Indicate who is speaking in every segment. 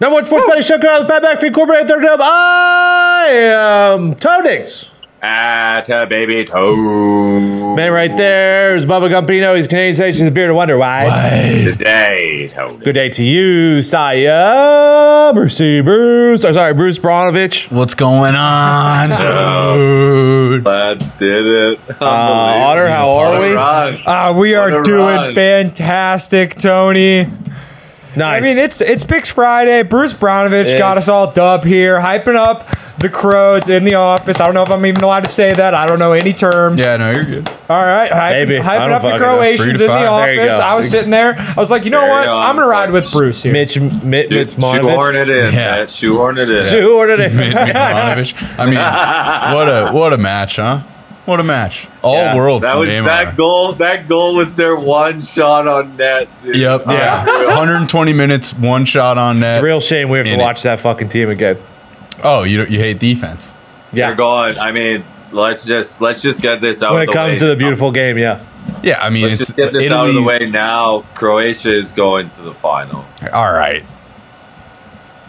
Speaker 1: Number one sports betting show, out of the Pat McAfee Incorporated, Third Dome. I am Toe Diggs.
Speaker 2: At a baby toe.
Speaker 1: Man, right there is Bubba Gumpino. He's Canadian Stations of Beer to Wonder Why.
Speaker 2: Today, toe.
Speaker 1: Good day to you, Saya. Mercy, Bruce. Oh, sorry, Bruce Bronovich.
Speaker 3: What's going on, dude?
Speaker 2: Lads did it. Unbelievable.
Speaker 1: Uh, Otter, how are we?
Speaker 2: Run.
Speaker 4: Uh, we
Speaker 2: What
Speaker 4: are
Speaker 2: a
Speaker 4: doing
Speaker 2: run.
Speaker 4: fantastic, Tony.
Speaker 1: Nice.
Speaker 4: I mean, it's it's Picks Friday. Bruce Bronovich
Speaker 1: Yes.
Speaker 4: got us all dub here, hyping up the Crows in the office. I don't know if I'm even allowed to say that. I don't know any terms.
Speaker 3: Yeah, no, you're good.
Speaker 4: All right, hyping,
Speaker 1: Maybe. I don't
Speaker 4: hyping up the
Speaker 1: fucking know.
Speaker 3: Three
Speaker 4: Croatians
Speaker 3: to
Speaker 4: in the
Speaker 3: five.
Speaker 1: There you
Speaker 4: office.
Speaker 1: go.
Speaker 4: I was sitting there. I was like, you know
Speaker 2: Very
Speaker 4: what? I'm gonna ride with Bruce here.
Speaker 1: Mitch, Mitch,
Speaker 2: Dude,
Speaker 1: Mitch
Speaker 2: shoehorn
Speaker 1: Marnovich.
Speaker 2: it in.
Speaker 3: Yeah.
Speaker 2: Yeah. Shoehorn it in.
Speaker 1: Who ordered it?
Speaker 3: Mitrovic. I mean, what a what a match, huh? What a match. All
Speaker 1: Yeah.
Speaker 3: world.
Speaker 2: That
Speaker 3: from
Speaker 2: was
Speaker 3: Neymar.
Speaker 2: that goal. That goal was their one shot on net. dude.
Speaker 3: Yep. Yeah. 120 minutes, one shot on net.
Speaker 1: Real shame we have to
Speaker 3: In it.
Speaker 1: watch that fucking team again.
Speaker 3: Oh, you you hate defense.
Speaker 1: Yeah.
Speaker 2: They're gone. I mean, let's just let's just get this out.
Speaker 1: When
Speaker 2: of
Speaker 1: it
Speaker 2: the
Speaker 1: comes
Speaker 2: way.
Speaker 1: to the beautiful game, yeah.
Speaker 3: Yeah, I mean,
Speaker 2: let's
Speaker 3: it's
Speaker 2: just get this
Speaker 3: Italy.
Speaker 2: out of the way now. Croatia is going to the final.
Speaker 3: All right.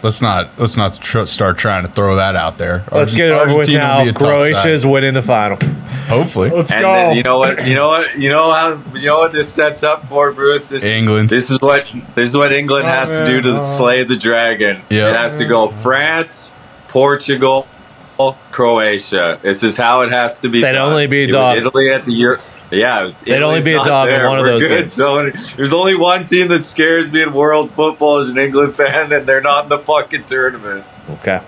Speaker 3: Let's not let's not tr- start trying to throw that out there.
Speaker 1: Let's
Speaker 3: Argen-
Speaker 1: get it over with
Speaker 3: Argentina will be
Speaker 1: now.
Speaker 3: a tough
Speaker 1: Croatia is
Speaker 3: side.
Speaker 1: winning the final.
Speaker 3: hopefully.
Speaker 4: Let's
Speaker 2: and
Speaker 4: go.
Speaker 2: then you know what you know what you know how you know what this sets up for Bruce. This
Speaker 3: England.
Speaker 2: Is, this is what this is what England has to do to
Speaker 1: uh,
Speaker 4: Oh.
Speaker 2: slay the dragon.
Speaker 3: Yep.
Speaker 2: It has to go France, Portugal, Croatia. This is how it has to be.
Speaker 1: They'd
Speaker 2: done.
Speaker 1: only be a
Speaker 2: It was
Speaker 1: dog.
Speaker 2: Italy at the Euro. Yeah,
Speaker 1: They'd only
Speaker 2: Italy's
Speaker 1: be a
Speaker 2: not
Speaker 1: dog in
Speaker 2: there.
Speaker 1: one of
Speaker 2: We're
Speaker 1: those
Speaker 2: good.
Speaker 1: games.
Speaker 2: So, there's only one team that scares me in world football as an England fan, and they're not in the fucking tournament.
Speaker 1: Okay.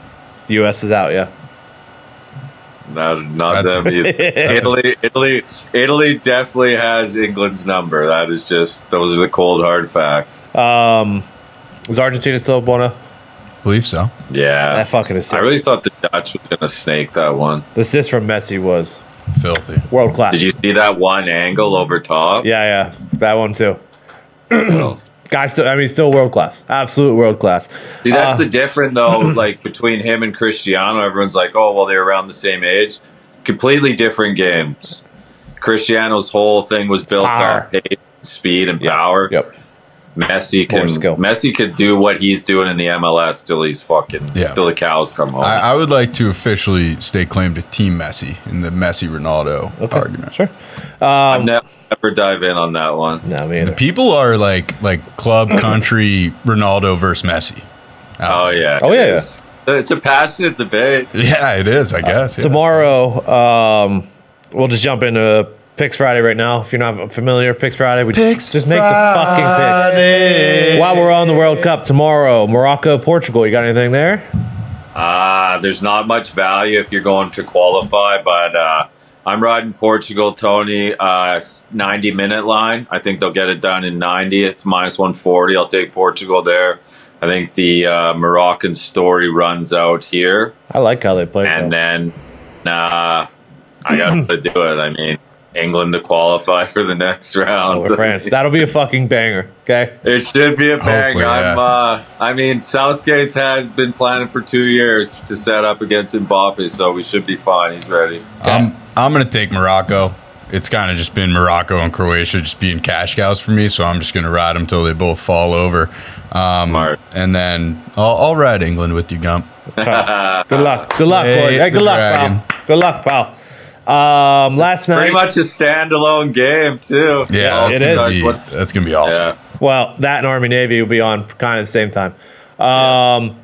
Speaker 1: The U.S. is out, yeah.
Speaker 2: No, not
Speaker 3: That's-
Speaker 2: them. either. Italy, Italy, Italy definitely has England's number. That is just those are the cold hard facts.
Speaker 1: Um, is Argentina still up 1
Speaker 3: believe so.
Speaker 2: Yeah,
Speaker 1: That fucking assist.
Speaker 2: I really thought the Dutch was gonna snake that one.
Speaker 1: the assist from Messi was
Speaker 3: Filthy.
Speaker 1: world class.
Speaker 2: Did you see that one angle over top?
Speaker 1: Yeah, yeah. That one, too.
Speaker 2: Yeah,
Speaker 1: Guy, still, I mean, still world class. Absolute world class.
Speaker 2: see that's
Speaker 1: Uh,
Speaker 2: the difference though. like between him and Cristiano, everyone's like, oh well, they're around the same age. Completely different games. Cristiano's whole thing was built
Speaker 1: Power.
Speaker 2: on pace, speed, and power.
Speaker 1: Yep.
Speaker 2: Messi
Speaker 1: More
Speaker 2: can
Speaker 1: skill.
Speaker 2: Messi could do what he's doing in the MLS till he's fucking
Speaker 3: Yeah.
Speaker 2: till the cows come home.
Speaker 3: I, I would like to officially stake claim to Team Messi in the Messi Ronaldo argument.
Speaker 1: Sure.
Speaker 2: I'll never, never dive in on that one.
Speaker 1: No, me either.
Speaker 3: People are like like club country Ronaldo versus Messi.
Speaker 2: Oh yeah.
Speaker 1: Oh, yeah,
Speaker 2: It's, it's a passionate debate.
Speaker 3: Yeah, it is. I guess yeah.
Speaker 1: Tomorrow, um, we'll just jump into Picks Friday right now. If you're not familiar, Picks Friday, we
Speaker 3: Picks
Speaker 1: just, just make the fucking
Speaker 3: Friday.
Speaker 1: picks. While we're on the World Cup tomorrow, Morocco, Portugal. You got anything there?
Speaker 2: Uh, there's not much value if you're going to qualify, but uh, I'm riding Portugal, Tony. Uh, s- 90 minute line. I think they'll get it done in 90. It's minus 140. I'll take Portugal there. I think the uh, Moroccan story runs out here,
Speaker 1: I like how they play.
Speaker 2: and
Speaker 1: though.
Speaker 2: then uh, I got to do it. I mean, England to qualify for the next round.
Speaker 1: over France, that'll be a fucking banger. Okay.
Speaker 2: It should be a bang.
Speaker 3: Hopefully,
Speaker 2: I'm,
Speaker 3: yeah.
Speaker 2: uh, I mean, Southgate's had been planning for two years to set up against Mbappe, so we should be fine. He's ready.
Speaker 3: I'm I'm gonna take Morocco. It's kind of just been Morocco and Croatia just being cash cows for me, so I'm just gonna ride them till they both fall over. Um,
Speaker 2: Smart.
Speaker 3: And then I'll, I'll ride England with you, Gump.
Speaker 1: Good
Speaker 2: Ah,
Speaker 1: luck. Good luck, boy.
Speaker 3: Slay
Speaker 1: Hey, good
Speaker 3: the
Speaker 1: luck,
Speaker 3: dragon.
Speaker 1: pal. Good luck, pal. Um, last night,
Speaker 2: Pretty much a standalone game too.
Speaker 3: Yeah,
Speaker 1: it
Speaker 3: that's,
Speaker 1: is.
Speaker 3: gonna Be,
Speaker 2: What-
Speaker 3: that's gonna be awesome.
Speaker 2: yeah.
Speaker 1: Well, that and Army Navy will be on kind of the same time. Um,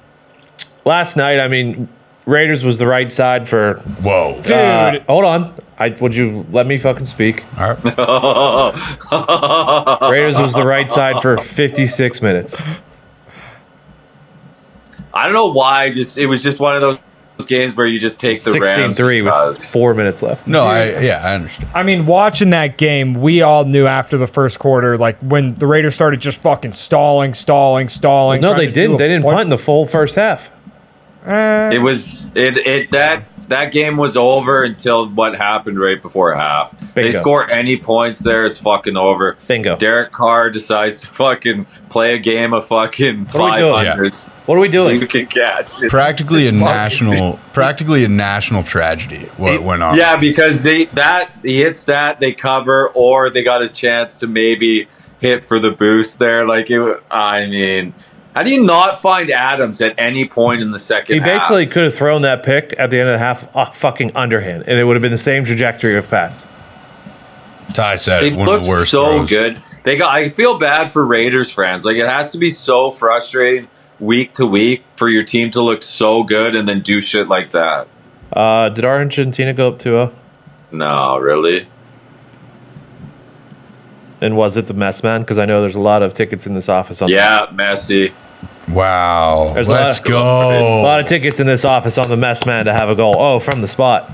Speaker 1: Last night, I mean, Raiders was the right side for.
Speaker 3: Whoa.
Speaker 4: Dude.
Speaker 1: Uh, hold on, I would you let me fucking speak?
Speaker 3: All right.
Speaker 1: Raiders was the right side for 56 minutes.
Speaker 2: I don't know why. Just it was just one of those games where you just take the
Speaker 1: 16
Speaker 2: Rams.
Speaker 1: 3 with
Speaker 2: because-
Speaker 1: four minutes left.
Speaker 3: No, I yeah, I understand.
Speaker 4: I mean, watching that game, we all knew after the first quarter, like when the Raiders started just fucking stalling, stalling, stalling.
Speaker 1: No,
Speaker 4: trying
Speaker 1: they
Speaker 4: to do
Speaker 1: didn't.
Speaker 4: a
Speaker 1: They didn't
Speaker 4: bunch-
Speaker 1: punt in the full first half.
Speaker 4: Eh,
Speaker 2: It was it it that that game was over until what happened right before half. They
Speaker 1: Bingo.
Speaker 2: score any points there, it's fucking over.
Speaker 1: Bingo.
Speaker 2: Derek Carr decides to fucking play a game of
Speaker 1: do
Speaker 2: fucking
Speaker 1: we
Speaker 2: five
Speaker 1: do?
Speaker 2: hundreds.
Speaker 1: What are we doing?
Speaker 2: You can catch. it.
Speaker 3: Practically a
Speaker 2: fucking-
Speaker 3: national, practically a national tragedy. What went on?
Speaker 2: Yeah, because they that he hits that they cover, or they got a chance to maybe hit for the boost there. Like it, I mean, How do you not find Adams at any point in the second
Speaker 1: He
Speaker 2: half?
Speaker 1: basically could have thrown that pick at the end of the half uh, fucking underhand, and it would have been the same trajectory of pass.
Speaker 3: Ty said
Speaker 2: They
Speaker 3: it, one of
Speaker 2: looked
Speaker 3: the worst.
Speaker 2: so
Speaker 3: throws.
Speaker 2: good. They got. I feel bad for Raiders fans. Like it has to be so frustrating week to week for your team to look so good and then do shit like that.
Speaker 1: Uh, did Argentina go up oh? 2 0?
Speaker 2: No, really.
Speaker 1: And was it the mess man? Because I know there's a lot of tickets in this office on
Speaker 2: Yeah, Messi.
Speaker 3: Wow.
Speaker 1: There's a lot
Speaker 3: Let's
Speaker 1: of-
Speaker 3: go.
Speaker 1: A lot of tickets in this office on the mess man to have a goal. Oh, from the spot.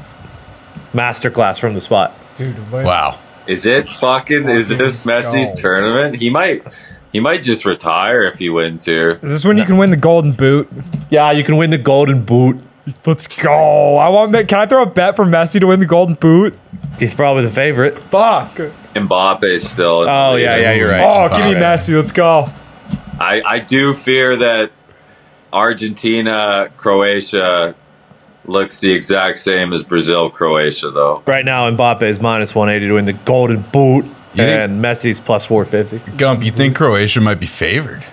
Speaker 1: Masterclass from the spot.
Speaker 4: Dude, let's-
Speaker 3: wow.
Speaker 2: Is it fucking? Is this Messi's
Speaker 4: Go.
Speaker 2: tournament? He might. He might just retire if he wins here.
Speaker 4: Is this when you can win the golden boot?
Speaker 1: Yeah, you can win the golden boot.
Speaker 4: Let's go. I want. Can I throw a bet for Messi to win the golden boot?
Speaker 1: He's probably the favorite.
Speaker 4: Fuck. Oh,
Speaker 2: Mbappe still. in the
Speaker 1: Oh, yeah,
Speaker 2: lead.
Speaker 1: yeah, you're right.
Speaker 4: give me
Speaker 1: Okay.
Speaker 4: Messi. Let's go.
Speaker 2: I, I do fear that Argentina, Croatia looks the exact same as Brazil, Croatia,
Speaker 1: Oh.
Speaker 2: though.
Speaker 1: Right now, Mbappe is minus 180 to win the golden boot,
Speaker 3: You think-
Speaker 1: and Messi's plus 450.
Speaker 3: Gump, you think Croatia might be favored?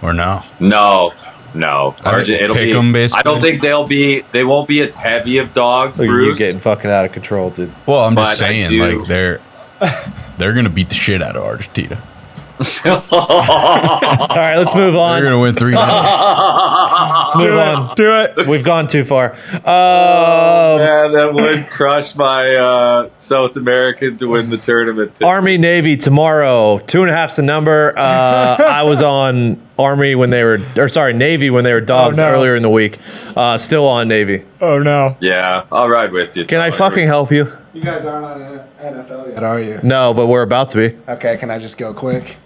Speaker 3: Or no?
Speaker 2: No, no.
Speaker 3: I think
Speaker 2: Argent, it'll
Speaker 3: pick
Speaker 2: be.
Speaker 3: 'em, basically.
Speaker 2: I don't think they'll be. They won't be as heavy of dogs,
Speaker 1: Look at Oh, you
Speaker 2: Bruce.
Speaker 1: getting fucking out of control, dude.
Speaker 3: Well, I'm just
Speaker 2: But I
Speaker 3: saying,
Speaker 2: do-
Speaker 3: like they're they're gonna beat the shit out of Argentina.
Speaker 1: All right, let's move
Speaker 3: They're
Speaker 1: on.
Speaker 3: gonna win three. nothing.
Speaker 1: Let's move on.
Speaker 4: Do it.
Speaker 1: We've gone too far. Um,
Speaker 2: Man, that would crush my uh, South American to win the tournament. too.
Speaker 1: Army Navy tomorrow. Two and a half's the number. Uh, I was on Army when they were, or sorry, Navy when they were dogs
Speaker 4: no.
Speaker 1: earlier in the week. Uh, still on Navy.
Speaker 4: Oh no.
Speaker 2: yeah, I'll ride with you.
Speaker 1: Can I
Speaker 2: Tyler.
Speaker 1: fucking help you?
Speaker 5: You guys aren't on N- NFL yet, are you?
Speaker 1: No, but we're about to be.
Speaker 5: Okay, can I just go quick?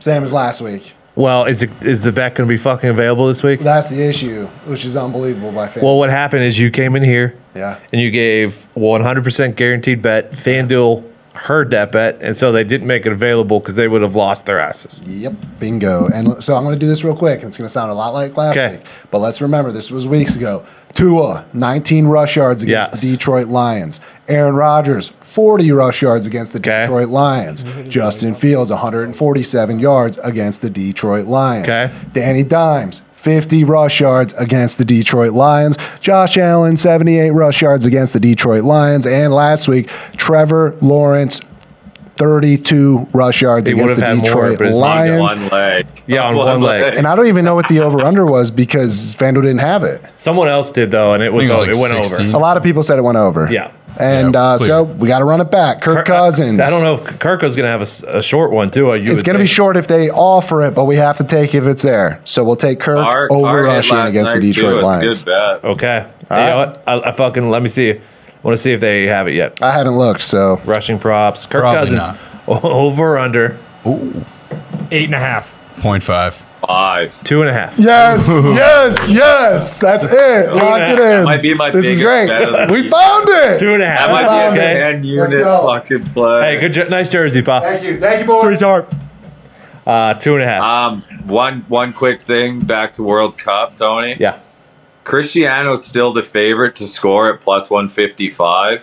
Speaker 5: Same as last week.
Speaker 1: Well, is it, is the bet going to be fucking available this week?
Speaker 5: That's the issue, which is unbelievable by fan.
Speaker 1: Well, what happened is you came in here
Speaker 5: yeah.
Speaker 1: and you gave 100% guaranteed bet. FanDuel heard that bet, and so they didn't make it available because they would have lost their asses.
Speaker 5: Yep, bingo. And so I'm going to do this real quick, and it's going to sound a lot like last
Speaker 1: Okay.
Speaker 5: week. But let's remember, this was weeks ago. Tua, 19 rush yards against
Speaker 1: Yes.
Speaker 5: the Detroit Lions. Aaron Rodgers, 40 rush yards against the
Speaker 1: Okay.
Speaker 5: Detroit Lions. Justin Fields, 147 yards against the Detroit Lions.
Speaker 1: Okay.
Speaker 5: Danny Dimes, 50 rush yards against the Detroit Lions. Josh Allen, 78 rush yards against the Detroit Lions. And last week, Trevor Lawrence, 32 rush yards
Speaker 1: He
Speaker 5: against
Speaker 1: would've
Speaker 5: the
Speaker 1: had more,
Speaker 5: Detroit
Speaker 1: but his leg
Speaker 5: Lions.
Speaker 2: One leg.
Speaker 1: Yeah, on one leg.
Speaker 5: And I don't even know what the over under was because FanDuel didn't have it.
Speaker 1: Someone else did, though, and it was,
Speaker 3: think it was
Speaker 1: o- it
Speaker 3: like
Speaker 1: went
Speaker 3: 16.
Speaker 1: over.
Speaker 5: A lot of people said it went over.
Speaker 1: Yeah.
Speaker 5: And
Speaker 3: Yeah,
Speaker 5: uh, so
Speaker 3: clear.
Speaker 5: we got to run it back. Kirk Cousins.
Speaker 1: I don't know if Kirko's going to have a s- a, short one, too. uh, You
Speaker 5: It's
Speaker 1: would
Speaker 5: going to be
Speaker 1: think.
Speaker 5: short if they offer it, but we have to take if it's there. So we'll take Kirk
Speaker 2: Our,
Speaker 5: over
Speaker 2: our hit
Speaker 5: rushing
Speaker 2: last
Speaker 5: against the
Speaker 2: night, too.
Speaker 5: Detroit
Speaker 2: It's a
Speaker 5: Lions.
Speaker 2: Good bet.
Speaker 1: Okay. you
Speaker 5: right.
Speaker 1: know what? I, I fucking, let me see. I want to see if they have it yet.
Speaker 5: I haven't looked, so
Speaker 1: Rushing props. Kirk
Speaker 3: Probably
Speaker 1: Cousins,
Speaker 3: not.
Speaker 1: o- over under
Speaker 3: Ooh.
Speaker 4: Eight and a half.
Speaker 3: Point five.
Speaker 2: Five.
Speaker 1: two and a half.
Speaker 5: yes, yes, yes. That's it. Lock
Speaker 1: that.
Speaker 5: it in.
Speaker 2: might be my
Speaker 5: this is
Speaker 2: biggest
Speaker 5: great.
Speaker 2: bet of the
Speaker 5: We
Speaker 2: week.
Speaker 5: found it.
Speaker 1: Two and a
Speaker 2: That
Speaker 1: half.
Speaker 2: might be a
Speaker 1: Okay.
Speaker 2: man
Speaker 5: Let's
Speaker 2: unit
Speaker 5: go.
Speaker 2: fucking play.
Speaker 1: Hey, good, jo- nice jersey, pal.
Speaker 5: Thank you. Thank you, boys.
Speaker 4: Sweetheart.
Speaker 1: Uh, two and a half.
Speaker 2: Um, one one quick thing back to World Cup, Tony.
Speaker 1: yeah.
Speaker 2: Cristiano's still the favorite to score at plus one fifty five.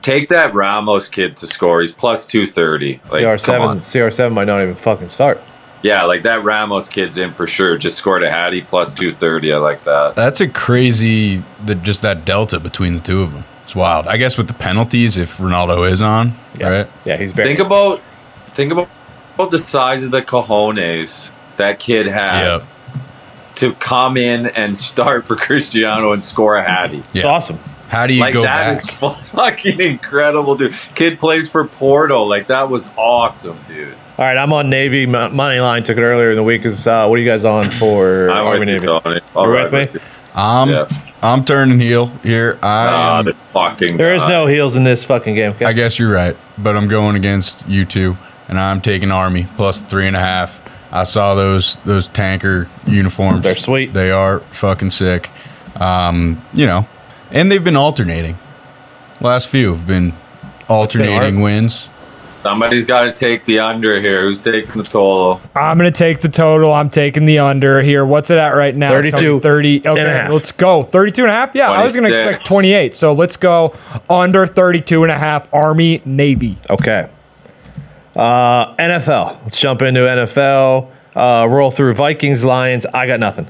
Speaker 2: Take that Ramos kid to score. He's plus two thirty. Like, come
Speaker 1: CR7,
Speaker 2: on.
Speaker 1: CR7 might not even fucking start.
Speaker 2: Yeah, like that Ramos kid's in for sure. Just scored a Hattie plus two thirty. I like that.
Speaker 3: That's a crazy that just that delta between the two of them. It's wild. I guess with the penalties, if Ronaldo is on,
Speaker 1: Yeah.
Speaker 3: right?
Speaker 1: Yeah, he's buried.
Speaker 2: Think about think about, about the size of the cojones that kid has
Speaker 3: Yep.
Speaker 2: to come in and start for Cristiano and score a Hattie.
Speaker 1: It's
Speaker 3: Yeah.
Speaker 1: awesome.
Speaker 3: How do you
Speaker 2: Like
Speaker 3: go
Speaker 2: that
Speaker 3: back?
Speaker 2: is fucking incredible, dude. Kid plays for Porto. Like that was awesome, dude.
Speaker 1: All right, I'm on Navy mo- money line. Took it earlier in the week. Is uh, what are you guys on for
Speaker 2: I'm
Speaker 1: Army
Speaker 2: with you,
Speaker 1: Navy?
Speaker 2: Tony. All
Speaker 1: You're
Speaker 2: right,
Speaker 1: with me?
Speaker 2: you.
Speaker 3: I'm
Speaker 2: Yeah.
Speaker 3: I'm turning heel here. I
Speaker 2: Ah,
Speaker 3: am-
Speaker 2: this fucking.
Speaker 1: Um, There is
Speaker 2: guy.
Speaker 1: no heels in this fucking game. okay?
Speaker 3: I guess you're right, but I'm going against you two, and I'm taking Army plus three and a half. I saw those those tanker uniforms.
Speaker 1: They're sweet.
Speaker 3: They are fucking sick. Um, you know, and they've been alternating. Last few have been alternating wins.
Speaker 2: Somebody's got to take the under here. Who's taking the total?
Speaker 4: I'm gonna take the total. I'm taking the under here. What's it at right now?
Speaker 1: 32
Speaker 4: 30. Okay,
Speaker 1: and a half.
Speaker 4: let's go. 32 and a half? Yeah, I was gonna
Speaker 2: 26.
Speaker 4: expect 28. So let's go under 32 and a half. Army, Navy.
Speaker 1: Okay. Uh, NFL. Let's jump into NFL. Uh, roll through Vikings, Lions. I got nothing.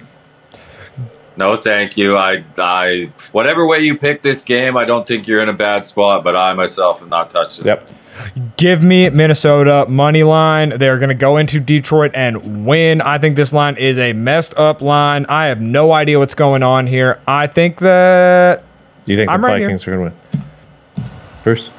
Speaker 2: No, thank you. I, I, whatever way you pick this game, I don't think you're in a bad spot. But I myself am not touching it.
Speaker 1: Yep.
Speaker 4: Give me Minnesota money line. They're going to go into Detroit and win. I think this line is a messed up line. I have no idea what's going on here. I think that
Speaker 1: You think
Speaker 4: I'm
Speaker 1: the
Speaker 4: right here.
Speaker 1: Vikings are going to win? Bruce?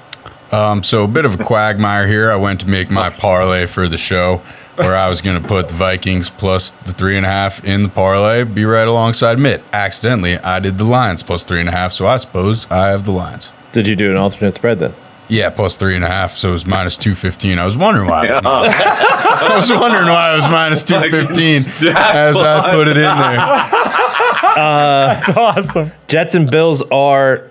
Speaker 3: Um, so a bit of a quagmire here. I went to make my parlay for the show where I was going to put the Vikings plus the three and a half in the parlay, be right alongside Mitt. Accidentally, I did the Lions plus three and a half, so I suppose I have the Lions.
Speaker 1: Did you do an alternate spread then?
Speaker 3: Yeah, plus three and a half, so it was minus two fifteen. I was wondering why. it was- I was wondering why it was minus two fifteen as I put it in there.
Speaker 4: that's awesome.
Speaker 1: Jets and Bills are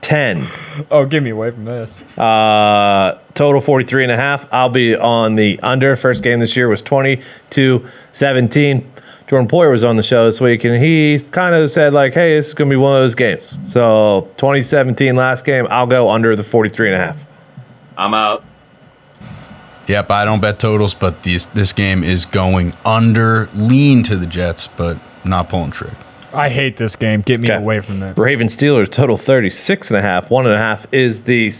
Speaker 1: 10.
Speaker 4: Oh, give me away from this.
Speaker 1: Uh, total 43 and a half. I'll be on the under. First game this year was 22 17. Jordan Poyer was on the show this week and he kind of said, like, hey, this is going to be one of those games. So 2017 last game, I'll go under the 43 and a half.
Speaker 2: I'm out.
Speaker 3: Yep, I don't bet totals, but this this game is going under, lean to the Jets, but not pulling trigger.
Speaker 4: I hate this game. Get me
Speaker 1: Okay.
Speaker 4: away from that.
Speaker 1: Raven Steelers total 36 and a half. One and a half is the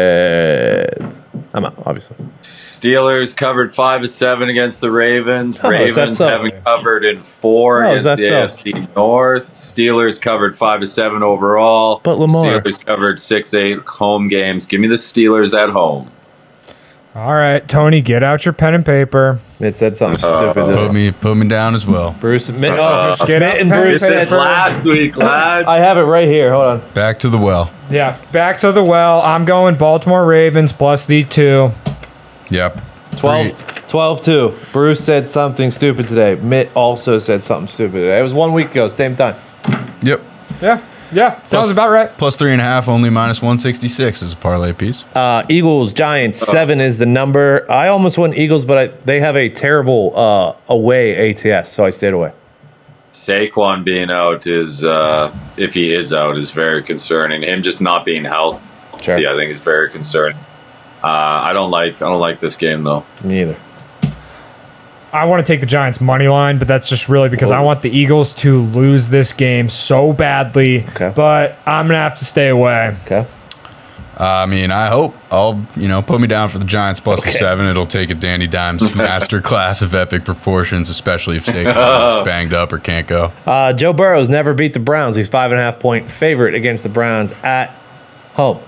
Speaker 1: spread. I'm out, obviously.
Speaker 2: Steelers covered five of seven against the Ravens.
Speaker 1: Oh, is that
Speaker 2: Ravens
Speaker 1: so?
Speaker 2: haven't covered in four
Speaker 1: Oh, is
Speaker 2: against the
Speaker 1: that so?
Speaker 2: AFC North. Steelers covered five of seven overall.
Speaker 1: But Lamar-
Speaker 2: Steelers covered six eight home games. Give me the Steelers at home.
Speaker 4: All right, Tony, get out your pen and paper.
Speaker 1: It said something stupid. didn't
Speaker 3: Put
Speaker 1: it?
Speaker 3: me put me down as well.
Speaker 1: Bruce, Mitt,
Speaker 2: Uh,
Speaker 1: oh,
Speaker 4: Get
Speaker 1: Mitt
Speaker 4: out
Speaker 1: and
Speaker 4: pen and
Speaker 1: Bruce.
Speaker 2: This is
Speaker 4: paper.
Speaker 2: last week, lads.
Speaker 1: I have it right here. Hold on.
Speaker 3: Back to the well.
Speaker 4: Yeah, back to the well. I'm going Baltimore Ravens plus the two.
Speaker 3: Yep.
Speaker 1: 12, 12 2. Bruce said something stupid today. Mitt also said something stupid today. It was one week ago, same time.
Speaker 3: Three- Yep.
Speaker 4: Yeah, yeah, sounds
Speaker 3: Plus-
Speaker 4: about right.
Speaker 3: Plus three and a half, only minus one sixty six is a parlay piece.
Speaker 1: Uh, Eagles, Giants,
Speaker 2: Uh.
Speaker 1: seven is the number. I almost went Eagles, but I, they have a terrible uh, away ATS, so I stayed away.
Speaker 2: Saquon being out is, uh, if he is out, is very concerning. Him just not being healthy,
Speaker 1: Sure.
Speaker 2: I think, is very concerning. Uh, I don't like. I don't like this game though.
Speaker 1: Me either.
Speaker 4: I want to take the Giants money line, but that's just really because I want the Eagles to lose this game so badly.
Speaker 1: Okay.
Speaker 4: But I'm gonna have to stay away.
Speaker 1: Okay.
Speaker 3: I mean, I hope I'll you know put me down for the Giants plus the
Speaker 1: Okay.
Speaker 3: seven. It'll take a Danny Dimes master class of epic proportions, especially if Saquon is banged up or can't go.
Speaker 1: Uh, Joe Burrow's never beat the Browns. He's five and a half point favorite against the Browns at home.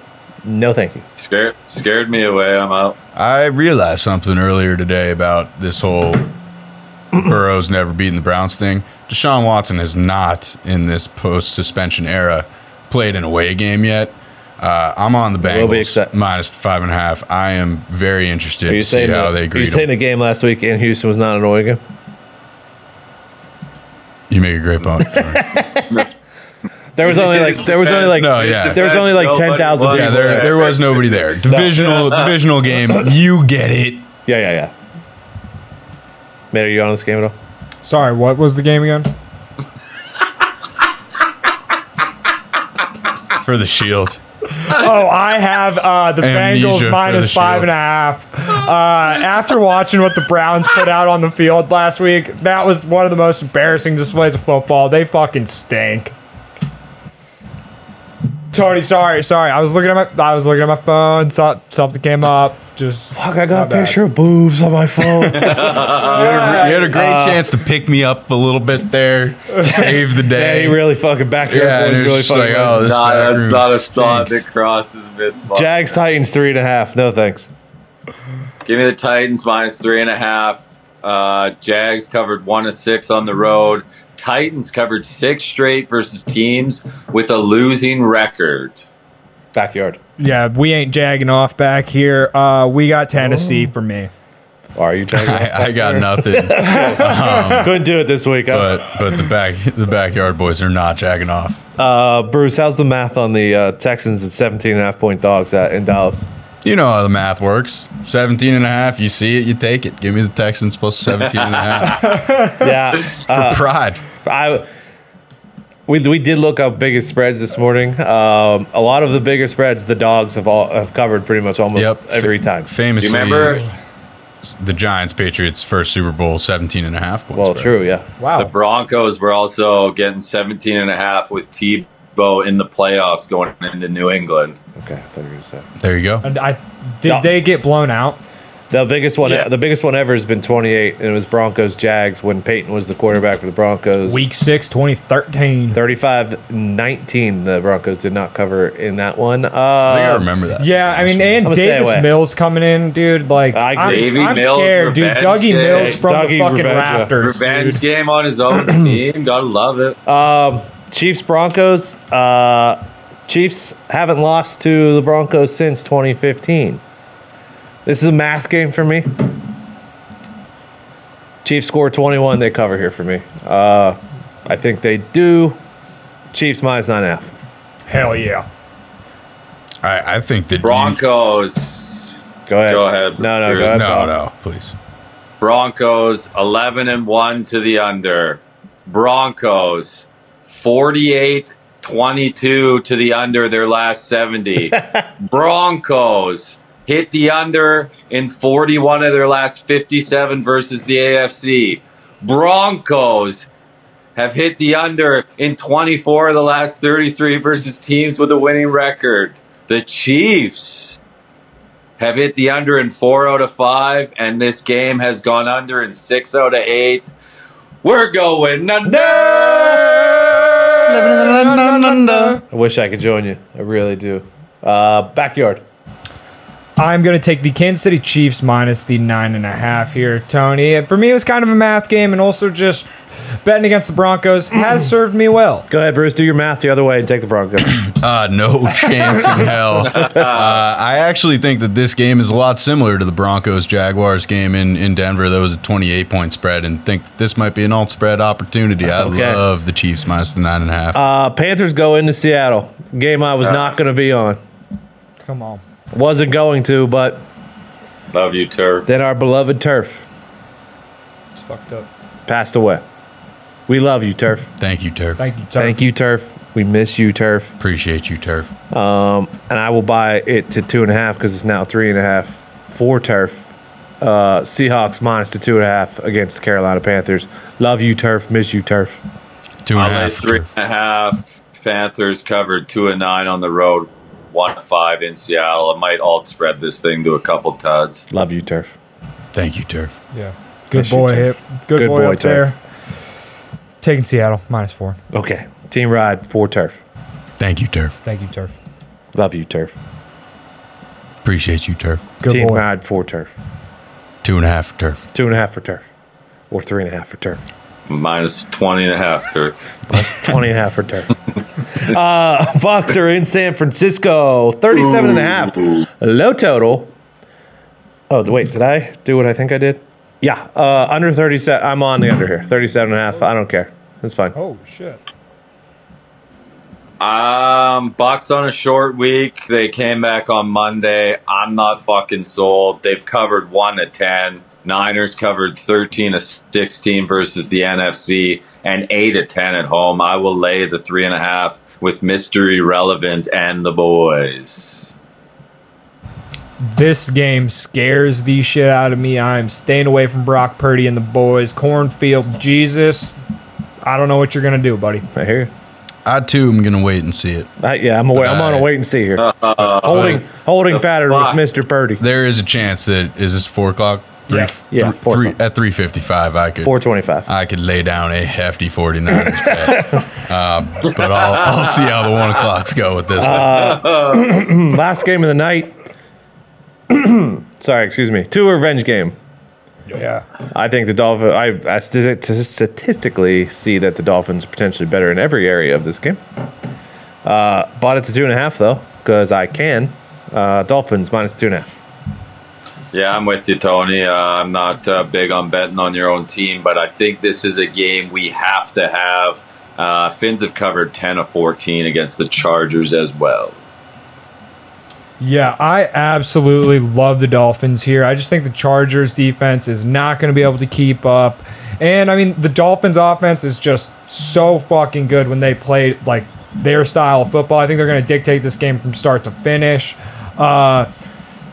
Speaker 1: No, thank you.
Speaker 2: Scared, scared me away. I'm out.
Speaker 3: I realized something earlier today about this whole Burrow's never beaten the Browns thing. Deshaun Watson has not, in this post suspension era, played an away game yet. Uh, I'm on the
Speaker 1: Will be
Speaker 3: Bengals
Speaker 1: accept-
Speaker 3: minus the five and a half. I am very interested
Speaker 1: Are you
Speaker 3: to see
Speaker 1: saying,
Speaker 3: how
Speaker 1: the,
Speaker 3: they
Speaker 1: are you
Speaker 3: agree.
Speaker 1: saying the game last week in Houston was not an away game?
Speaker 3: You make a great point.
Speaker 1: There was only like there was only like
Speaker 3: No, yeah.
Speaker 1: there was only like ten thousand
Speaker 2: Nobody
Speaker 1: people.
Speaker 3: yeah,
Speaker 2: won.
Speaker 3: there, there was nobody there. Divisional divisional game. You get it.
Speaker 1: Yeah, yeah, yeah. Matt, are you on this game at all?
Speaker 4: Sorry, what was the game again?
Speaker 3: for the shield.
Speaker 4: Oh, I have uh, the
Speaker 3: Amnesia for
Speaker 4: Bengals
Speaker 3: the
Speaker 4: minus five
Speaker 3: Shield.
Speaker 4: and a half. Uh, after watching what the Browns put out on the field last week, that was one of the most embarrassing displays of football. They fucking stink. Tony, sorry, sorry. I was looking at my, I was looking at my phone. Saw, something came up. Just
Speaker 1: Fuck, I got
Speaker 4: My
Speaker 1: a
Speaker 4: bad.
Speaker 1: picture of boobs on my phone.
Speaker 3: You had a great
Speaker 1: Uh,
Speaker 3: chance to pick me up a little bit there, save the
Speaker 1: yeah,
Speaker 3: day.
Speaker 1: he really fucking back your
Speaker 3: Yeah,
Speaker 1: boys
Speaker 3: and it was
Speaker 1: really
Speaker 3: just
Speaker 1: fucking
Speaker 3: like, oh,
Speaker 1: nice.
Speaker 3: this
Speaker 2: Nah,
Speaker 3: back
Speaker 2: that's
Speaker 3: room
Speaker 2: not a thought that
Speaker 3: stinks.
Speaker 2: crosses Mitt's mind.
Speaker 1: Jags Titans three and a half. No thanks.
Speaker 2: Give me the Titans minus three and a half. Uh, Jags covered one of six on the road. Titans covered six straight versus teams with a losing record.
Speaker 1: Backyard.
Speaker 4: yeah, we ain't jagging off back here. Uh, we got Tennessee
Speaker 1: Oh.
Speaker 4: for me.
Speaker 1: Are you jagging off
Speaker 3: I, I
Speaker 1: backyard?
Speaker 3: got nothing,
Speaker 1: Couldn't do it this week. huh?
Speaker 3: but but the back the backyard boys are not jacking off.
Speaker 1: Uh, Bruce, how's the math on the uh, Texans at 17 and a half point dogs at, in Dallas?
Speaker 3: You know how the math works. 17 and a half, you see it, you take it. Give me the Texans plus 17 and a half.
Speaker 1: Yeah, uh,
Speaker 3: Pride.
Speaker 1: I we, we did look up biggest spreads this morning. Um, a lot of the bigger spreads, the dogs have all have covered pretty much almost
Speaker 3: Yep.
Speaker 1: every time.
Speaker 3: Famously.
Speaker 2: Do you remember?
Speaker 3: the Giants Patriots first Super Bowl 17 and a half points.
Speaker 1: Well,
Speaker 3: bro.
Speaker 1: true, yeah.
Speaker 4: Wow.
Speaker 2: The Broncos were also getting 17 and a half with Tebow in the playoffs going into New England.
Speaker 1: Okay, I thought you were gonna say.
Speaker 3: There you go.
Speaker 4: And I did
Speaker 1: No.
Speaker 4: they get blown out?
Speaker 1: The biggest one, e,
Speaker 2: Yeah.
Speaker 1: the biggest one ever, has been 28, and it was Broncos Jags when Peyton was the quarterback for the Broncos.
Speaker 4: Week 6, 2013.
Speaker 1: 35-19, the Broncos did not cover in that one. Uh,
Speaker 3: I think I remember that.
Speaker 4: Yeah, I mean, and
Speaker 1: I'ma stay
Speaker 4: Davis
Speaker 1: away.
Speaker 4: Mills coming in, dude. Like,
Speaker 1: I
Speaker 4: I,
Speaker 1: agree.
Speaker 4: am
Speaker 2: Davey Mills,
Speaker 4: scared, dude.
Speaker 2: revenge
Speaker 4: Dougie
Speaker 2: day.
Speaker 4: Mills from
Speaker 1: Dougie
Speaker 4: the fucking
Speaker 1: revenge, yeah.
Speaker 4: rafters.
Speaker 2: Revenge
Speaker 4: dude.
Speaker 2: game on his own team. Gotta love it.
Speaker 1: Um, Chiefs Broncos. Uh, Chiefs haven't lost to the Broncos since 2015. This is a math game for me. Chiefs score 21. They cover here for me. Uh, I think they do. Chiefs minus nine and a half.
Speaker 4: Hell yeah.
Speaker 3: I, I think that you-
Speaker 2: Broncos.
Speaker 1: Go ahead.
Speaker 2: Go ahead.
Speaker 1: No, no, go
Speaker 2: There's
Speaker 1: ahead.
Speaker 3: no,
Speaker 1: Bob.
Speaker 3: no, please.
Speaker 2: Broncos 11 and 1 to the under. Broncos 48 22 to the under their last 70. Broncos hit the under in 41 of their last 57 versus the AFC. Broncos have hit the under in 24 of the last 33 versus teams with a winning record. The Chiefs have hit the under in four out of five, and this game has gone under in six out of eight. We're going under.
Speaker 1: I wish I could join you. I really do. Uh, backyard.
Speaker 4: I'm going to take the Kansas City Chiefs minus the nine and a half here, Tony. And For me, it was kind of a math game, and also just betting against the Broncos has served me well.
Speaker 1: Go ahead, Bruce. Do your math the other way and take the Broncos.
Speaker 3: Uh, no chance in hell. Uh, I actually think that this game is a lot similar to the Broncos Jaguars game in, in Denver. That was a 28 point spread, and think that this might be an alt spread opportunity. I
Speaker 1: Okay.
Speaker 3: love the Chiefs minus the nine and a half.
Speaker 1: uh, Panthers go into Seattle. Game I was
Speaker 2: Uh,
Speaker 1: not going to be on.
Speaker 4: Come on.
Speaker 1: Wasn't going to, but
Speaker 2: Love you, Turf.
Speaker 1: then our beloved turf
Speaker 4: It's fucked up.
Speaker 1: passed away. We love you, turf.
Speaker 3: Thank you, Turf.
Speaker 4: Thank you, Tony.
Speaker 1: Thank you, turf. We miss you, turf.
Speaker 3: Appreciate you, Turf.
Speaker 1: Um, and I will buy it to two and a half because it's now three and a half for turf. Uh, Seahawks minus to two and a half against the Carolina Panthers. Love you, turf. Miss you, turf.
Speaker 3: Two and a
Speaker 2: I'll lay
Speaker 3: half. for
Speaker 2: three
Speaker 3: Turf.
Speaker 2: and a half. Panthers covered two and nine on the road, one and five in Seattle. I might alt spread this thing to a couple tuds.
Speaker 1: Love you, turf.
Speaker 3: Thank you, Turf.
Speaker 4: Yeah. Good
Speaker 1: Yes, you
Speaker 4: boy,
Speaker 1: did.
Speaker 4: Hip. Good,
Speaker 1: Good
Speaker 4: boy,
Speaker 1: boy,
Speaker 4: up there. Taking Seattle, minus four.
Speaker 1: Okay. Team ride for turf.
Speaker 3: Thank you, Turf.
Speaker 4: Thank you, Turf.
Speaker 1: Love you, turf.
Speaker 3: Appreciate you, Turf.
Speaker 4: Good
Speaker 1: Team
Speaker 4: boy.
Speaker 1: ride for turf.
Speaker 3: Two and a half, for Turf.
Speaker 1: Two and a half for turf. Or three and a half for turf.
Speaker 2: Minus 20 and a half, Turf.
Speaker 1: 20 and a half for turf. uh, Bucks are in San Francisco. 37 and a half. Low total. Oh, wait, did I do what I think I did? Yeah, uh, under 37. I'm on the under here. 37 and a half. I don't care. That's fine.
Speaker 4: Oh, shit.
Speaker 2: Um, Bucks on a short week. They came back on Monday. I'm not fucking sold. They've covered one to ten. Niners covered thirteen to sixteen versus the NFC and eight to ten at home. I will lay the three and a half with mystery relevant and the boys.
Speaker 4: This game scares the shit out of me. I am staying away from Brock Purdy and the boys. Cornfield, Jesus. I don't know what you're going to do, buddy.
Speaker 1: I hear you.
Speaker 3: I, too, am going to wait and see it.
Speaker 1: Uh, yeah, I'm away. I'm on a wait and see here. holding holding pattern with
Speaker 2: fuck?
Speaker 1: Mr. Purdy.
Speaker 3: There is a chance that, is this four o'clock? Three,
Speaker 4: Yeah.
Speaker 1: Yeah,
Speaker 3: three-
Speaker 1: four
Speaker 3: three-
Speaker 1: o'clock.
Speaker 3: at 355, I could.
Speaker 1: 425.
Speaker 3: I could lay down a hefty 49ers bet. um, but I'll, I'll see how the one o'clocks go with this one.
Speaker 1: Last game of the night. Sorry, excuse me. Two revenge game.
Speaker 4: Yeah.
Speaker 1: I think the Dolphins. I, I sti- t- statistically see that the Dolphins are potentially better in every area of this game. Uh, bought it to two and a half though, because I can. Uh, Dolphins minus two and a half.
Speaker 2: Yeah, I'm with you, Tony. Uh, I'm not uh, big on betting on your own team, but I think this is a game we have to have. Uh, Finns have covered 10 of 14 against the Chargers as well.
Speaker 4: Yeah, I absolutely love the Dolphins here. I just think the Chargers defense is not going to be able to keep up. And I mean, the Dolphins offense is just so fucking good when they play like their style of football. I think they're going to dictate this game from start to finish. Uh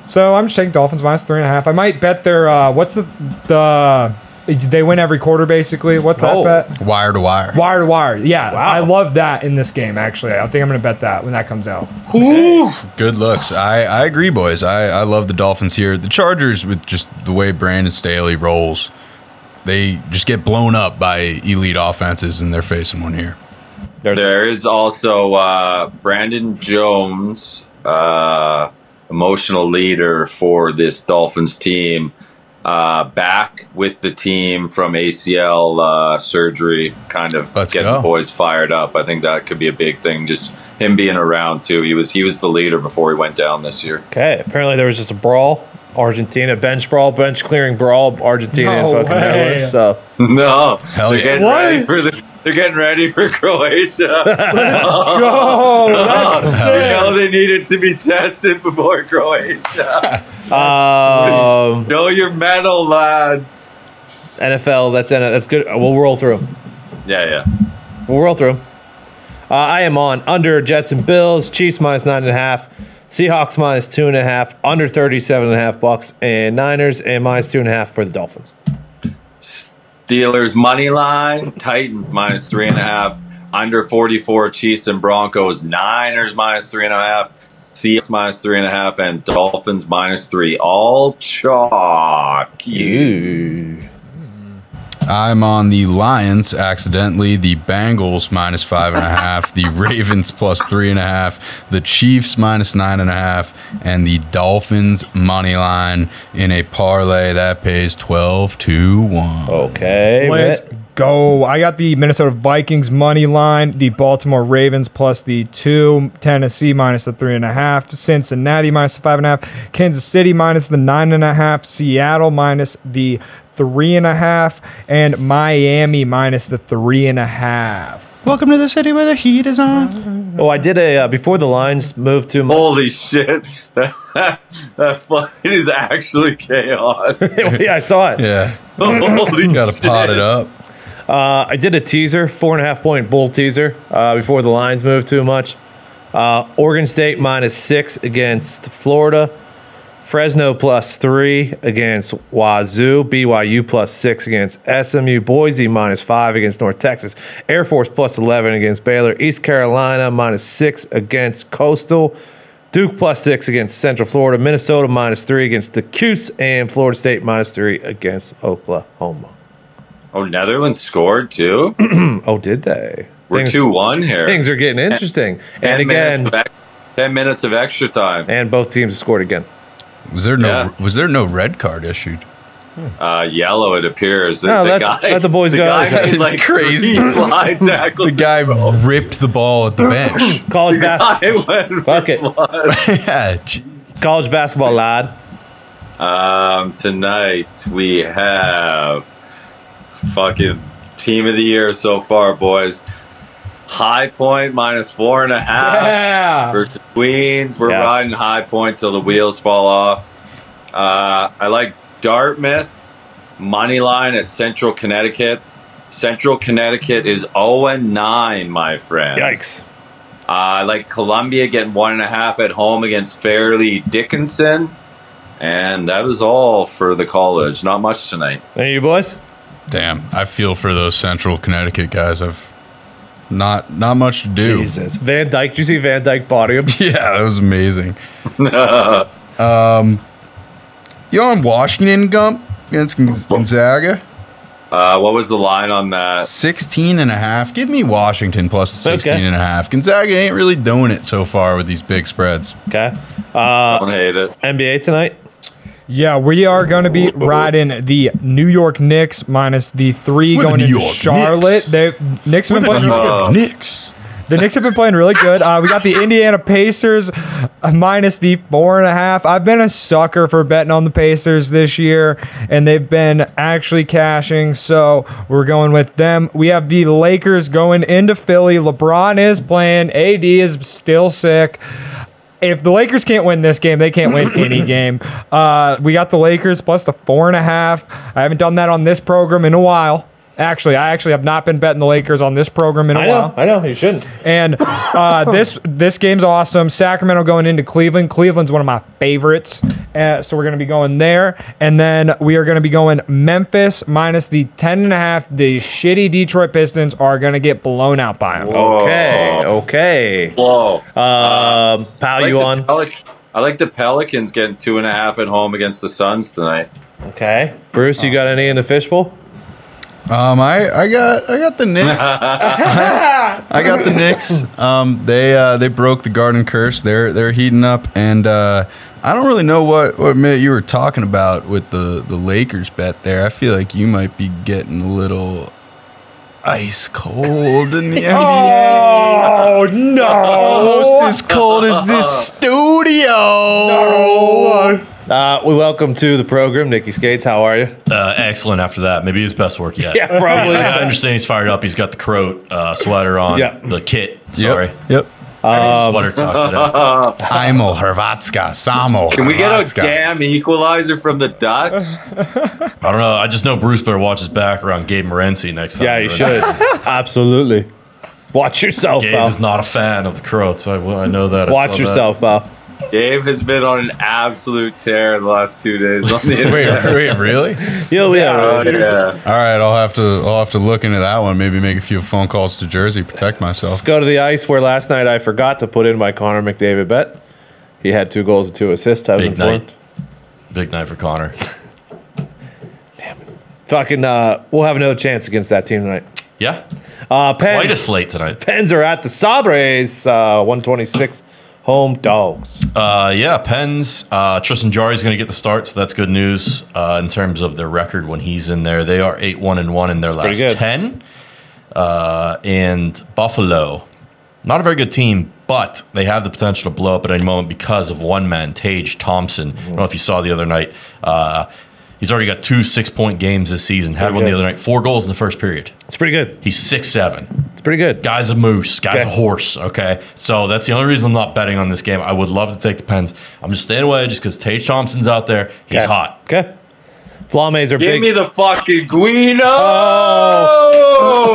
Speaker 4: So I'm just taking Dolphins minus three and a half. I might bet their uh, what's the the they win every quarter basically. What's that
Speaker 1: Oh.
Speaker 4: bet?
Speaker 3: Wire to wire.
Speaker 4: Wire to wire. Yeah,
Speaker 1: Wow.
Speaker 4: I love that in this game. Actually, I think I'm gonna bet that when that comes out.
Speaker 3: Good looks. I, I agree, boys. I, I love the Dolphins here. The Chargers, with just the way Brandon Staley rolls, they just get blown up by elite offenses, and they're facing one here.
Speaker 2: There is also uh, Brandon Jones, uh, emotional leader for this Dolphins team, uh, back with the team from ACL uh, surgery, kind of
Speaker 3: Let's
Speaker 2: getting
Speaker 3: go.
Speaker 2: the boys fired up. I think that could be a big thing. Just him being around too. He was he was the leader before he went down this year.
Speaker 1: Okay. Apparently there was just a brawl. Argentina bench brawl, bench clearing brawl. Argentina
Speaker 4: No
Speaker 1: and fucking
Speaker 4: way.
Speaker 1: Netherlands. So
Speaker 2: No,
Speaker 3: Hell
Speaker 2: they're
Speaker 3: yeah.
Speaker 2: getting
Speaker 4: What?
Speaker 2: ready for the, they're getting ready for Croatia.
Speaker 4: Go.
Speaker 2: you know they needed to be tested before Croatia.
Speaker 1: um,
Speaker 2: Know your metal, lads.
Speaker 1: NFL. That's in it. That's good. We'll roll through. 'em.
Speaker 2: Yeah, yeah.
Speaker 1: We'll roll through. 'em. Uh, I am on under Jets and Bills, Chiefs minus nine and a half, Seahawks minus two and a half, under 37 and a half bucks, and Niners and minus two and a half for the Dolphins.
Speaker 2: Steelers money line, Titans minus three and a half, under 44, Chiefs and Broncos, Niners minus three and a half, Seahawks minus three and a half, and Dolphins minus three. All chalk.
Speaker 1: You.
Speaker 3: I'm on the Lions accidentally, the Bengals minus five and a half, the Ravens plus three and a half, the Chiefs minus nine and a half, and the Dolphins money line in a parlay that pays 12 to 1.
Speaker 1: Okay.
Speaker 4: Let's
Speaker 1: Mitt.
Speaker 4: go. I got the Minnesota Vikings money line, the Baltimore Ravens plus the two, Tennessee minus the three and a half, Cincinnati minus the five and a half, Kansas City minus the nine and a half, Seattle minus the three and a half, and Miami minus the three and a half.
Speaker 3: Welcome to the city where the heat is on.
Speaker 1: Oh, I did a uh, before the lines moved to. My,
Speaker 2: Holy shit. That, that flight is actually chaos.
Speaker 1: yeah, I saw it.
Speaker 3: Yeah.
Speaker 2: Holy
Speaker 3: Got to
Speaker 2: shit.
Speaker 3: pot it up.
Speaker 1: Uh, I did a teaser, four and a half point bull teaser uh, before the lines moved too much. Uh, Oregon State minus six against Florida. Fresno plus three against Wazoo. BYU plus six against SMU. Boise minus five against North Texas. Air Force plus 11 against Baylor. East Carolina minus six against Coastal. Duke plus six against Central Florida. Minnesota minus three against the Cuse. And Florida State minus three against Oklahoma.
Speaker 2: Oh, Netherlands scored too?
Speaker 1: Oh, did they?
Speaker 2: We're
Speaker 1: Things-
Speaker 2: 2 1 here.
Speaker 1: things are getting interesting. And,
Speaker 2: 10 minutes
Speaker 1: again,
Speaker 2: of ex- 10 minutes of extra time.
Speaker 1: and both teams scored again.
Speaker 3: Was there no
Speaker 2: Yeah.
Speaker 3: was there no red card issued?
Speaker 2: uh, yellow. It appears.
Speaker 1: No, let- let the boys go.
Speaker 2: Guy
Speaker 3: That
Speaker 2: made
Speaker 3: is
Speaker 2: like
Speaker 3: crazy.
Speaker 2: crazy slide tackles.
Speaker 3: The guy ripped the ball at the bench.
Speaker 1: College bas-
Speaker 2: I went
Speaker 1: Fuck it.
Speaker 3: yeah, gee.
Speaker 1: college basketball lad.
Speaker 2: Um, tonight we have fucking team of the year so far, boys. High Point minus four and a half
Speaker 4: Yeah.
Speaker 2: versus Queens. We're
Speaker 1: Yes.
Speaker 2: riding High Point till the wheels fall off. Uh, I like Dartmouth money line at Central Connecticut. Central Connecticut is 0 and 9, my friend.
Speaker 1: Yikes.
Speaker 2: I like Columbia getting one and a half at home against Fairleigh Dickinson. And that is all for the college. Not much tonight.
Speaker 1: There you boys.
Speaker 3: Damn, I feel for those Central Connecticut guys. I've not not much to do.
Speaker 1: Jesus. Van Dyke. Did you see Van Dyke body him?
Speaker 3: Yeah, that was amazing.
Speaker 2: That's
Speaker 3: Um, you on Washington Gump against Gonz- Gonzaga?
Speaker 2: Uh, what was the line on that?
Speaker 3: 16 and a half. Give me Washington plus 16
Speaker 1: Okay.
Speaker 3: and a half. Gonzaga ain't really doing it so far with these big spreads.
Speaker 1: Okay. Uh,
Speaker 2: Don't hate it.
Speaker 1: NBA tonight.
Speaker 4: Yeah, we are going to be riding the New York Knicks minus the three
Speaker 3: We're the
Speaker 4: going
Speaker 3: New
Speaker 4: into
Speaker 3: York
Speaker 4: Charlotte. They Knicks have been
Speaker 3: Look at
Speaker 4: playing
Speaker 3: New
Speaker 2: York
Speaker 3: York
Speaker 2: Uh,
Speaker 3: Knicks.
Speaker 4: The Knicks have been playing really good. Uh, we got the Indiana Pacers uh, minus the four and a half. I've been a sucker for betting on the Pacers this year, and they've been actually cashing. So we're going with them. We have the Lakers going into Philly. LeBron is playing. AD is still sick. If the Lakers can't win this game, they can't win any game. Uh, we got the Lakers plus the four and a half. I haven't done that on this program in a while. Actually, I actually have not been betting the Lakers on this program in a
Speaker 1: I
Speaker 4: while.
Speaker 1: know, I know. You shouldn't.
Speaker 4: And uh, this this game's awesome. Sacramento going into Cleveland. Cleveland's one of my favorites, uh, so we're going to be going there. And then we are going to be going Memphis minus the ten and a half. The shitty Detroit Pistons are going to get blown out by them.
Speaker 2: Whoa.
Speaker 1: Okay,
Speaker 2: Oh,
Speaker 1: okay.
Speaker 2: Whoa.
Speaker 1: Um, pal,
Speaker 2: I like
Speaker 1: you
Speaker 2: the
Speaker 1: on?
Speaker 2: Pelic- I like the Pelicans getting two and a half at home against the Suns tonight.
Speaker 1: Okay, Bruce, you got any in the fishbowl?
Speaker 3: Um, I, I got I got the Knicks. I got the Knicks. Um, they uh, they broke the Garden Curse. They're they're heating up, and uh, I don't really know what what Mitt, you were talking about with the the Lakers bet there. I feel like you might be getting a little ice cold in the NBA.
Speaker 4: Oh no!
Speaker 3: Almost as cold as this studio.
Speaker 1: Uh, we welcome to the program, Nikki Skates. How are you?
Speaker 6: Uh, excellent after that. Maybe his best work yet.
Speaker 1: Yeah, probably.
Speaker 6: I understand he's fired up. He's got the croat uh, sweater on,
Speaker 1: Yeah. Um,
Speaker 6: the kit. Sorry.
Speaker 3: Yep. yep.
Speaker 6: sweater talk today.
Speaker 3: Imo Hrvatska, Samo.
Speaker 2: Can we get a damn equalizer from the Dutch?
Speaker 6: I don't know. I just know Bruce better watch his back around Gabe Morency next time.
Speaker 1: Yeah, you should. Absolutely. Watch yourself,
Speaker 6: Gabe
Speaker 1: pal.
Speaker 6: is not a fan of the croats. I, well, I know that. I saw
Speaker 1: Watch
Speaker 6: that.
Speaker 1: yourself, pal.
Speaker 2: Dave has been on an absolute tear the last two days on the
Speaker 3: Wait,
Speaker 2: internet.
Speaker 3: wait, really?
Speaker 1: You'll be all
Speaker 2: Oh,
Speaker 1: right.
Speaker 2: yeah.
Speaker 3: All right, I'll have to I'll have to look into that one. Maybe make a few phone calls to Jersey, protect
Speaker 1: Let's
Speaker 3: myself.
Speaker 1: go to the ice where last night I forgot to put in my Connor McDavid bet. He had two goals and two assists. I was
Speaker 6: Big
Speaker 1: informed.
Speaker 6: night. Big night for Connor.
Speaker 1: Fucking, uh, we'll have no chance against that team tonight.
Speaker 6: Yeah.
Speaker 1: Uh, Pens,
Speaker 6: Quite a slate tonight.
Speaker 1: Pens are at the Sabres, uh, 126 home dogs.
Speaker 6: Uh, yeah, Pens. Uh, Tristan Jari is going to get the start, so that's good news uh, in terms of their record when he's in there. They are eight one and one in their
Speaker 1: pretty
Speaker 6: last
Speaker 1: good.
Speaker 6: ten. Uh, and Buffalo, not a very good team, but they have the potential to blow up at any moment because of one man, Tage Thompson. I don't know if you saw the other night. Uh, he's already got two six point games this season. Had one
Speaker 1: good.
Speaker 6: the other night, four goals in the first period.
Speaker 1: It's pretty good.
Speaker 6: He's six seven.
Speaker 1: It's pretty good.
Speaker 6: Guy's a moose. Guy's
Speaker 1: Okay.
Speaker 6: a horse. Okay. So that's the only reason I'm not betting on this game. I would love to take the Pens. I'm just staying away just because Tage Thompson's out there. He's
Speaker 1: Okay.
Speaker 6: hot.
Speaker 1: Okay. Flames are
Speaker 2: Give
Speaker 1: big.
Speaker 2: me the fucking Guido.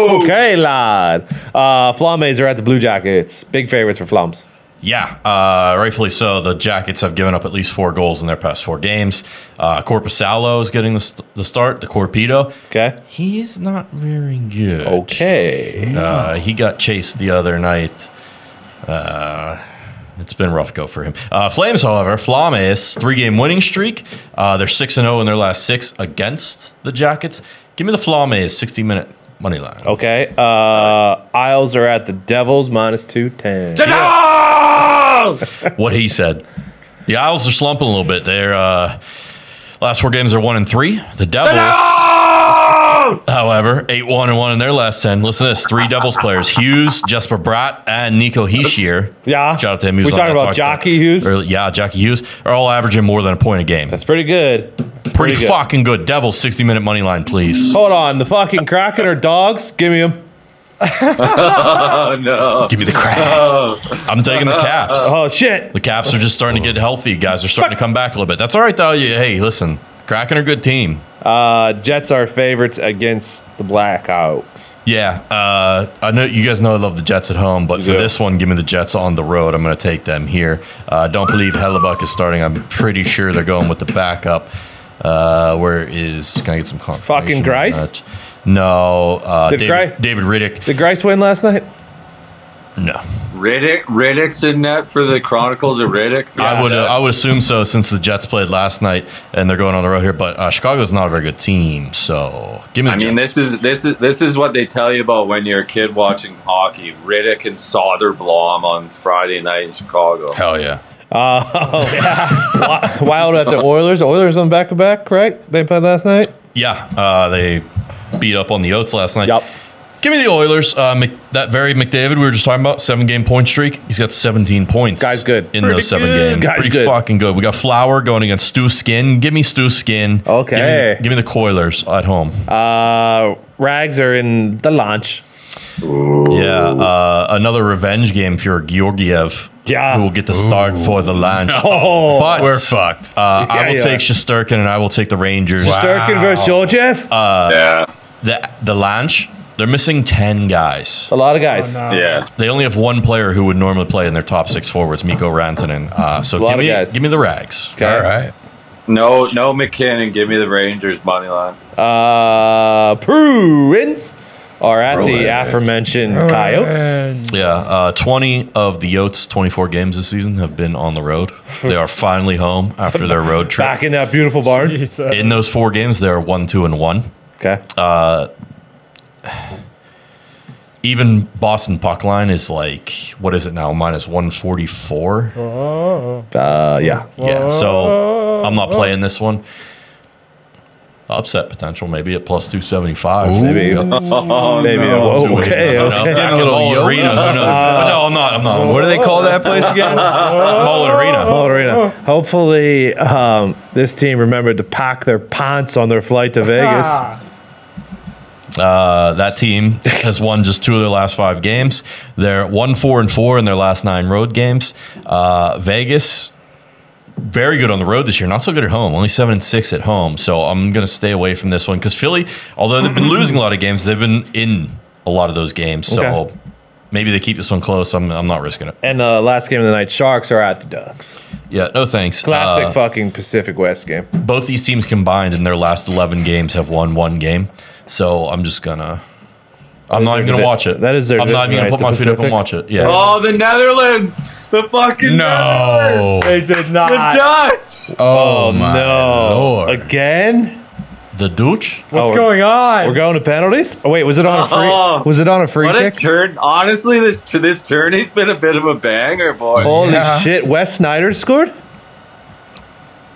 Speaker 1: Okay, lad. Uh, Flames are at the Blue Jackets. Big favorites for Flums.
Speaker 6: Yeah. Uh, rightfully so. The Jackets have given up at least four goals in their past four games. Uh, Corpusalo is getting the, st- the start, the Corpedo.
Speaker 1: Okay.
Speaker 6: He's not very good.
Speaker 1: Okay.
Speaker 6: Uh, he got chased the other night. Uh, it's been rough go for him. Uh, Flames, however, Flames three game winning streak. Uh, they're six and zero in their last six against the Jackets. Give me the Flames sixty minute money line.
Speaker 1: Okay. Uh, Isles are at the Devils minus 210.
Speaker 6: What he said. The Isles are slumping a little bit. They're uh, last four games are one and three. The Devils. However, eight one and one in their last ten. Listen to this: three Devils players, Hughes, Jesper Bratt, and Nico Heishier.
Speaker 1: Yeah.
Speaker 6: Shout out to him.
Speaker 1: We
Speaker 6: He was on
Speaker 1: talking
Speaker 6: that
Speaker 1: about
Speaker 6: talk
Speaker 1: Jockey Hughes?
Speaker 6: early- yeah, Jockey Hughes are all averaging more than a point a game.
Speaker 1: That's pretty good.
Speaker 6: pretty,
Speaker 1: good.
Speaker 6: fucking good. Devils sixty minute money line, please.
Speaker 1: Hold on. The fucking Kraken are dogs. Give me them.
Speaker 2: Oh, no.
Speaker 6: Give me the crack. I'm taking the Caps.
Speaker 1: Oh, shit.
Speaker 6: The Caps are just starting to get healthy. Guys are starting to come back a little bit. That's all right though. You- Hey, listen, Kraken are a good team.
Speaker 1: Uh, Jets are favorites against the Blackhawks.
Speaker 6: Yeah, uh, I know you guys know I love the Jets at home, but for
Speaker 1: Yeah.
Speaker 6: this one, give me the Jets on the road. I'm going to take them here. Uh, don't believe Hellebuck is starting. I'm pretty sure they're going with the backup. Uh, where is? Can I get some confirmation?
Speaker 1: Fucking
Speaker 6: on
Speaker 1: Grice?
Speaker 6: that? No, uh,
Speaker 1: Did Gri-
Speaker 6: David, David Riddick.
Speaker 1: Did Grice win last night?
Speaker 6: No,
Speaker 2: Riddick, Riddick's in net for the Chronicles of Riddick.
Speaker 6: I would uh, I would assume so since the Jets played last night and they're going on the road here. But uh, Chicago's not a very good team, so give me. The
Speaker 2: I mean,
Speaker 6: Jets.
Speaker 2: this is this is this is what they tell you about when you're a kid watching hockey. Riddick and Soderblom on Friday night in Chicago.
Speaker 3: Hell yeah.
Speaker 1: Uh, oh, yeah. Wi- Wild at the Oilers. Oilers on back to back, right? They played last night.
Speaker 6: Yeah, uh, they beat up on the Oats last night.
Speaker 1: Yep.
Speaker 6: Give me the Oilers. Uh, Mc, that very McDavid we were just talking about, seven game point streak. He's got 17 points.
Speaker 1: Guy's good.
Speaker 6: In
Speaker 1: Pretty
Speaker 6: those seven
Speaker 1: good.
Speaker 6: games.
Speaker 1: Guy's
Speaker 6: Pretty
Speaker 1: good.
Speaker 6: fucking good. We got Flower going against Stu Skin. Give me Stu Skin.
Speaker 1: Okay.
Speaker 6: Give me, the- give me the Coilers at home.
Speaker 1: Uh, Rags are in the launch.
Speaker 6: yeah. Uh, another revenge game for Georgiev.
Speaker 1: Yeah.
Speaker 6: Who will get the start for the lunch.
Speaker 1: Oh,
Speaker 6: But
Speaker 3: We're fucked.
Speaker 6: Uh, I
Speaker 1: Yeah,
Speaker 6: will
Speaker 1: yeah.
Speaker 6: take Shusterkin and I will take the Rangers.
Speaker 3: Wow.
Speaker 6: Uh,
Speaker 1: Durkin versus Georgiev.
Speaker 2: yeah.
Speaker 6: the the launch, they're missing ten guys.
Speaker 1: A lot of guys.
Speaker 6: oh,
Speaker 4: no.
Speaker 2: Yeah.
Speaker 6: They only have one player who would normally play in their top six forwards, Miko Rantanen. Uh, so
Speaker 1: a lot
Speaker 6: give
Speaker 1: of
Speaker 6: me,
Speaker 1: guys.
Speaker 6: give me the rags.
Speaker 1: Okay.
Speaker 3: All right.
Speaker 2: No, no McKinnon. Give me the Rangers money line.
Speaker 1: Uh, Bruins are at
Speaker 3: Bruins.
Speaker 1: the aforementioned Coyotes.
Speaker 4: And-
Speaker 6: Yeah, uh, 20 of the Yotes' 24 games this season have been on the road. They are finally home after their road trip.
Speaker 1: Back in that beautiful barn.
Speaker 4: It's, uh,
Speaker 6: In those four games, they are one, two, and one.
Speaker 1: Okay.
Speaker 6: Even Boston puck line is like what is it now? Minus 144.
Speaker 4: oh,
Speaker 1: Uh, yeah.
Speaker 6: Yeah, so I'm not playing this one. Upset potential maybe at plus 275.
Speaker 1: Maybe. Maybe.
Speaker 6: Oh,
Speaker 1: Whoa, okay.
Speaker 6: I don't know.
Speaker 1: okay.
Speaker 6: Back
Speaker 3: Getting a
Speaker 6: at
Speaker 3: little
Speaker 6: Mullen
Speaker 3: yoked
Speaker 6: Arena, Uh, who knows? But no, I'm not. I'm not.
Speaker 3: What do they call that place again?
Speaker 6: Mullen Arena.
Speaker 1: Ball Arena. Oh. Hopefully, um, this team remembered to pack their pants on their flight to Vegas.
Speaker 4: ah,
Speaker 6: Uh, that team has won just two of their last five games. They're one four and four in their last nine road games. Uh, Vegas, very good on the road this year. Not so good at home. Only seven and six at home. So I'm going to stay away from this one because Philly, although they've been losing a lot of games, they've been in a lot of those games. So
Speaker 1: Okay.
Speaker 6: maybe they keep this one close. I'm, I'm not risking it.
Speaker 1: And the last game of the night, Sharks are at the Ducks.
Speaker 6: Yeah, no thanks.
Speaker 1: Classic
Speaker 6: Uh, Oh
Speaker 1: fucking Pacific West game.
Speaker 6: both these teams combined in their last 11 games have won one game. So I'm just gonna. I'm not
Speaker 1: their
Speaker 6: even gonna
Speaker 1: divi-
Speaker 6: watch it.
Speaker 1: that is their
Speaker 6: I'm not
Speaker 1: division,
Speaker 6: even gonna
Speaker 1: right?
Speaker 6: put
Speaker 1: The
Speaker 6: my feet up
Speaker 1: Pacific?
Speaker 6: and watch it. Yeah.
Speaker 2: Oh, the Netherlands. The fucking Netherlands.
Speaker 1: Oh.
Speaker 3: No.
Speaker 4: they did not.
Speaker 2: The Dutch.
Speaker 3: Oh, my
Speaker 1: no.
Speaker 3: lord.
Speaker 1: Again?
Speaker 6: The Dooch.
Speaker 4: What's
Speaker 1: Oh, we're-
Speaker 4: going on?
Speaker 1: We're going to penalties? Oh, wait, was it on a free?
Speaker 2: Oh.
Speaker 1: was it on a free
Speaker 2: What a
Speaker 1: kick?
Speaker 2: turn! Honestly, this to this tourney's been a bit of a banger, boy.
Speaker 1: Holy
Speaker 3: Yeah.
Speaker 1: shit! Wes Snyder scored.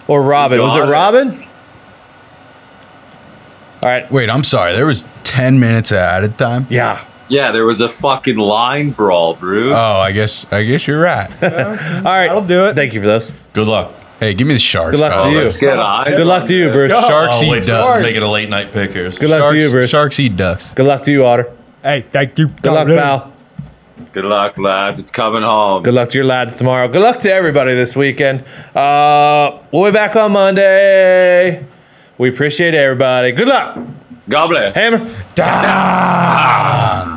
Speaker 1: Or Robin? Was it
Speaker 2: Got it.
Speaker 1: Robin? All right.
Speaker 3: Wait, I'm sorry. There was 10 minutes of added time.
Speaker 1: Yeah.
Speaker 2: Yeah, there was a fucking line brawl, Bruce.
Speaker 1: Uh,
Speaker 3: Oh, I guess I guess you're right.
Speaker 1: All right.
Speaker 4: I'll do it.
Speaker 1: Thank you for those.
Speaker 6: Good luck.
Speaker 3: hey, give me the sharks.
Speaker 1: Good luck
Speaker 3: pal.
Speaker 1: to you.
Speaker 2: Let's get eyes.
Speaker 1: Good luck
Speaker 2: on
Speaker 1: to you,
Speaker 2: this.
Speaker 1: Bruce.
Speaker 3: Sharks
Speaker 6: Oh,
Speaker 3: eat
Speaker 6: wait, this
Speaker 3: ducks.
Speaker 6: is making a late night pick here.
Speaker 1: Good luck to you, Bruce.
Speaker 3: Sharks eat ducks.
Speaker 1: Good luck to you, Otter.
Speaker 4: Hey, thank you.
Speaker 1: Good luck, pal.
Speaker 2: Good luck, lads. It's coming home.
Speaker 1: Good luck to your lads tomorrow. Good luck to everybody this weekend. Uh, we'll be back on Monday. We appreciate everybody. Good luck.
Speaker 2: God bless.
Speaker 1: Hammer.
Speaker 4: Down.